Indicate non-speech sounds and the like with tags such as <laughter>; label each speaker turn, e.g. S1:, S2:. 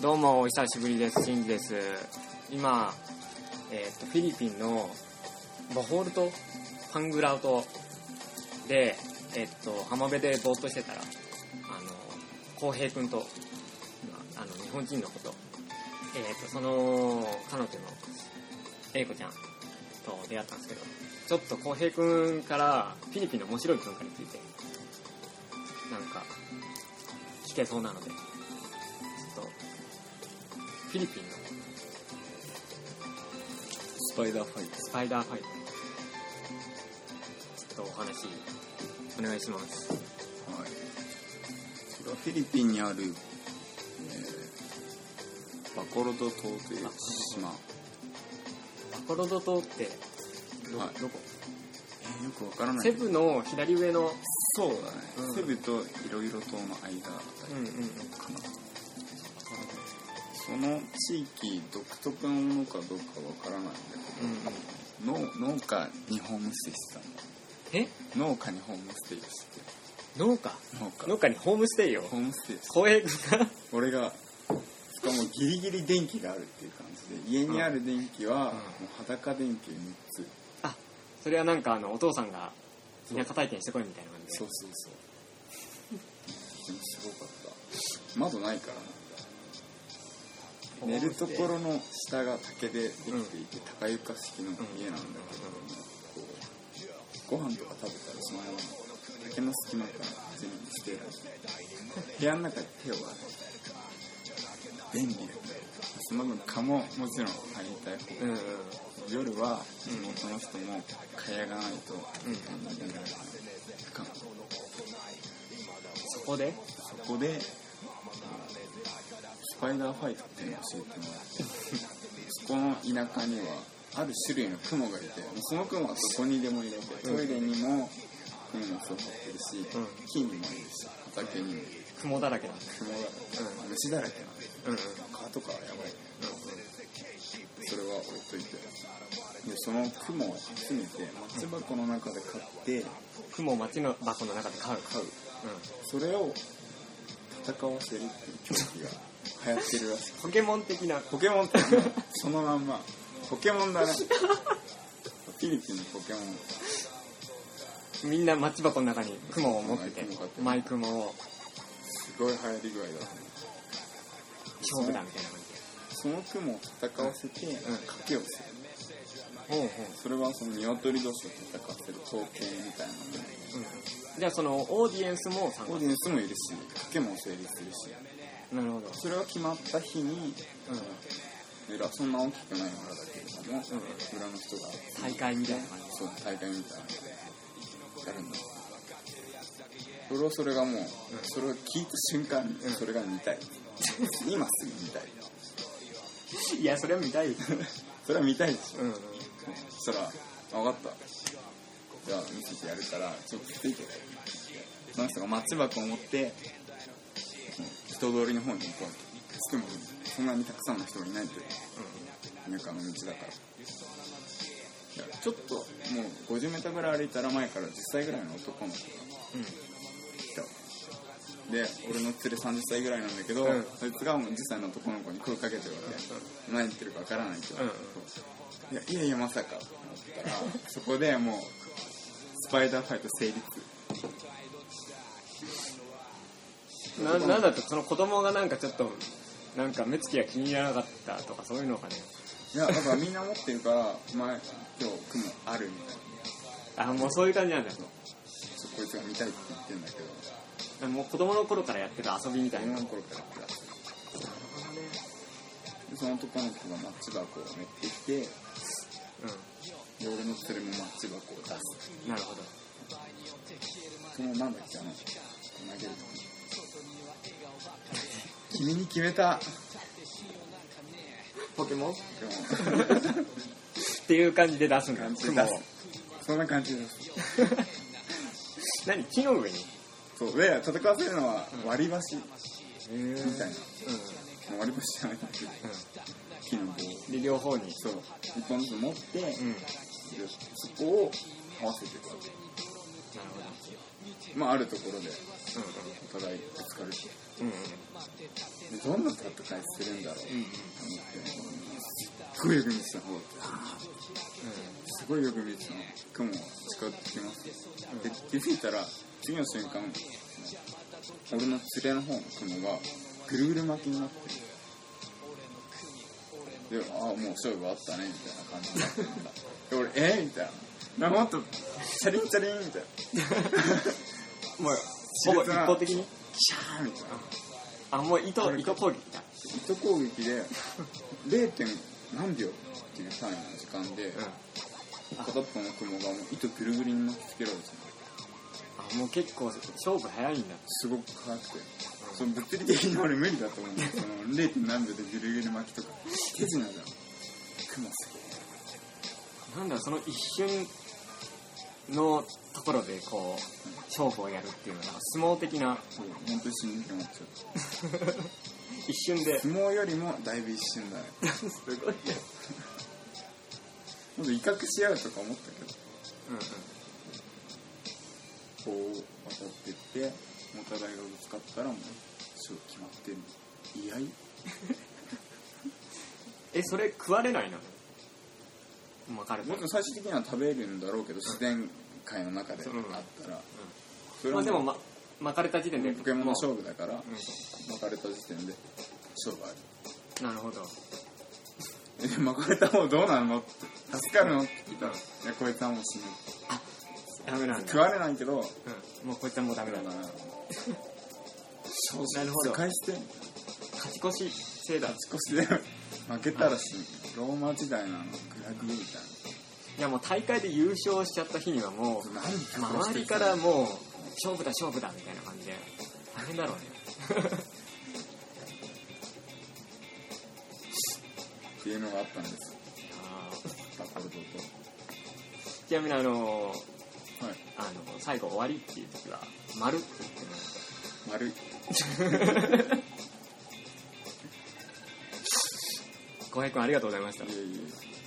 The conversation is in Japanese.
S1: どうもお久しぶりですシンジです今、えーっとフィリピンのボホールとパングラウトで、えーっと浜辺でぼーっとしてたらあの浩平君と今あの日本人の子と,、えーっとその彼女の英子ちゃんと出会ったんですけどちょっと浩平君からフィリピンの面白い文化についてなんか聞けそうなのでちょっとフィリピンの
S2: スパイダーファイ
S1: スパイダーファイトちょっとお話お願いします
S2: ト、はい、これはフィリピンにある、えー、バコロド島という島、
S1: バコロド島ってど,、
S2: はい
S1: どこ
S2: えーよくわからな
S1: セ
S2: い
S1: ブの左上の
S2: そうだね、
S1: うん
S2: セブといろいろ島の間あた
S1: う
S2: り
S1: んうんうん
S2: かな、その地域独特のものかどうかわからないんだけど、農農家にホームステイしてたんだ
S1: え
S2: 農家にホームステイをして
S1: 農家
S2: 農家
S1: 農家にホームステイを
S2: ホームステイして
S1: 公平君が
S2: 俺がしかもギリギリ電気があるっていう感じで家にある電気はもう裸電球3つ
S1: あそれはなんかあのお父さんが田舎体験してこいみたいな感じで
S2: そうそうそうでもすごかった窓ないからなんだ寝るところの下が竹でできていて高床式の家なんだけどこうご飯とか食べたらそのまま竹の隙間から全部捨てられて部屋の中で手を洗う便利だねその分蚊ももちろん入りたい方
S1: う
S2: が
S1: んうんうん
S2: 夜は地元の人も蚊帳がないとなんだろうな不可能
S1: そこで
S2: そこでスパイダーファイトっていうのを教えてもらってそこの田舎にはある種類のクモがいてそのクモはどこにでもいるわけトイレにもクモの巣を張ってるし、
S1: うん
S2: 木にもいるし畑にもいる
S1: 雲だらけなんだ
S2: クモが、まあ虫だらけなんで
S1: うんうん
S2: 蚊とかはやばい、それは置いといてでそのクモを集めてマッチ箱の中で買って
S1: 雲を町の箱の中で飼う
S2: 買うそれを戦わせるっていう競技が流行ってるらしい
S1: ポケモン的な
S2: ポケモンってねそのまんまポケモンだねフィリピンのポケモン
S1: みんなマッチ箱の中に雲を持っててマイクモを
S2: すごい流行り具合だね
S1: 勝負だみたいな感
S2: その雲を戦わせて賭けをする
S1: じでほうほ
S2: それはその鶏同士を戦わせる統計みたいなので
S1: う、うん、じゃあそのオーディエンスも参
S2: オーディエンスもいるし賭けも成立するし
S1: 加なるほど
S2: それは決まった日に裏そんな大きくない村だけれども、
S1: う
S2: 村の人が
S1: 大会みたいな感じ
S2: そう大会みたいなのやるんだそれをそれがもう、それを聞いた瞬間にそれが見たい、今すぐ見た
S1: <laughs>
S2: い
S1: いやそれは見たいうん
S2: <laughs> それは見たいでしょ、
S1: うん
S2: そしたら「分かったじゃあ見せてやるからちょっとついて」その人がマッチ箱を持ってもう人通りの方に行こうとしてもそんなにたくさんの人がいないという田舎の道だからいやちょっともう 50m ぐらい歩いたら前から10歳ぐらいの男の子が
S1: うん
S2: 来たで俺の連れ30歳ぐらいなんだけど、
S1: うん
S2: そいつがもう10歳の男の子に声かけてるわけ何言ってるかわからないけど、
S1: うんうん
S2: いやいやいやまさかと思ったら <laughs> そこでもうスパイダーファイト成立
S1: ななんだってその子供がなんかちょっとなんか目つきが気に入らなかったとかそういうのかね
S2: いやだからみんな持ってるから「お前今日雲ある」みたいな
S1: あもうそういう感じなんだ
S2: そうこいつが見たいって言ってんだけど
S1: もう子供の頃からやってる遊びみたいな、
S2: 女の頃からやってたでその男の子がマッチ箱を持ってきてで
S1: う
S2: 俺の連れもマッチ箱を出す
S1: んなる <laughs> ほど
S2: そのなんだっけあの投げる君に決めた
S1: ポケモンっ
S2: でも
S1: ていう感じで出すんだ
S2: 感じで
S1: 雲
S2: 出
S1: を
S2: す <laughs> そんな感じです
S1: <laughs> 何木の上に
S2: そうで戦わせるのは割り箸
S1: み
S2: みたいな、
S1: う
S2: 割り箸じゃないんだけど
S1: ん
S2: 木の棒
S1: う
S2: を
S1: ん、で両方に、
S2: そう一本ずつ持って、で
S1: うん、なる
S2: そこを合わせていく
S1: ほど、
S2: まああるところでお互いぶつかるで
S1: うんうんうん、
S2: 自どんな戦いするんだろうと
S1: うんうん
S2: 思ってすっごいよく見てた方すごいよく見てたの雲が近づきますで気づいたら次の瞬間俺の連れの方の雲がぐるぐる巻きになってでああもう勝負終わったねみたいな感じになってんだで俺えーみたいななもっとチャリンチャリンみたいな
S1: もう
S2: ほ
S1: ほ
S2: ぼ
S1: ぼ
S2: 一
S1: 一方
S2: 方的
S1: 的に
S2: シャーみたいな
S1: あもう糸糸攻撃だ
S2: 糸攻撃で 0. 何秒っていう単位の時間で、片っぽの雲がもう糸ぐるぐるに巻きつけられてた
S1: あもう結構勝負早いんだ
S2: すごく速くて、その物理的に俺無理だと思うん
S1: <laughs>
S2: だよその 0. 何秒でぐるぐる巻きとか手品だろ雲すげえ
S1: なんだろうその一瞬のところでこう
S2: うん
S1: 勝負をやるっていうのはなんか相撲的な
S2: そう本当に死ぬって思っちゃう
S1: 一瞬で
S2: 相撲よりもだいぶ一瞬だね
S1: すごいね
S2: もっと威嚇し合うとか思ったけど
S1: うん
S2: こう渡ってってお互いがぶつかったらもう勝負決まってんの居合
S1: えそれ食われないのもう別れた
S2: もちろん最終的には食べるんだろうけど自然界の中であ
S1: うん
S2: ったらそれ
S1: ま
S2: は
S1: あでも
S2: も
S1: ま巻かれた時点で
S2: うポケモンの
S1: もう
S2: 勝負だから
S1: うん
S2: 巻かれた時点で勝負ある
S1: なるほど
S2: えで巻かれた方どうなのって助かるのって聞いたら「いやこいつはもう死ぬ
S1: ダメなんだ
S2: 食われないけど
S1: うんもうこいつはもうダ
S2: ダ
S1: メ
S2: メだ
S1: だ
S2: な
S1: な」
S2: そう
S1: なるほど
S2: 返して
S1: 勝ち越し制だ
S2: 少しで負けたら死ぬローマ時代のあのグラグみたい
S1: いやもう大会で優勝しちゃった日にはも
S2: な何
S1: う周りからもう勝負だ勝負だみたいな感じで大変だろうね
S2: っていうのがあったんですよ
S1: あー
S2: バカルドと
S1: ちなみにあの
S2: はい
S1: あの最後終わりっていう時は「丸って言ってもらって
S2: 丸い
S1: 浩平君ありがとうございました
S2: いえいえ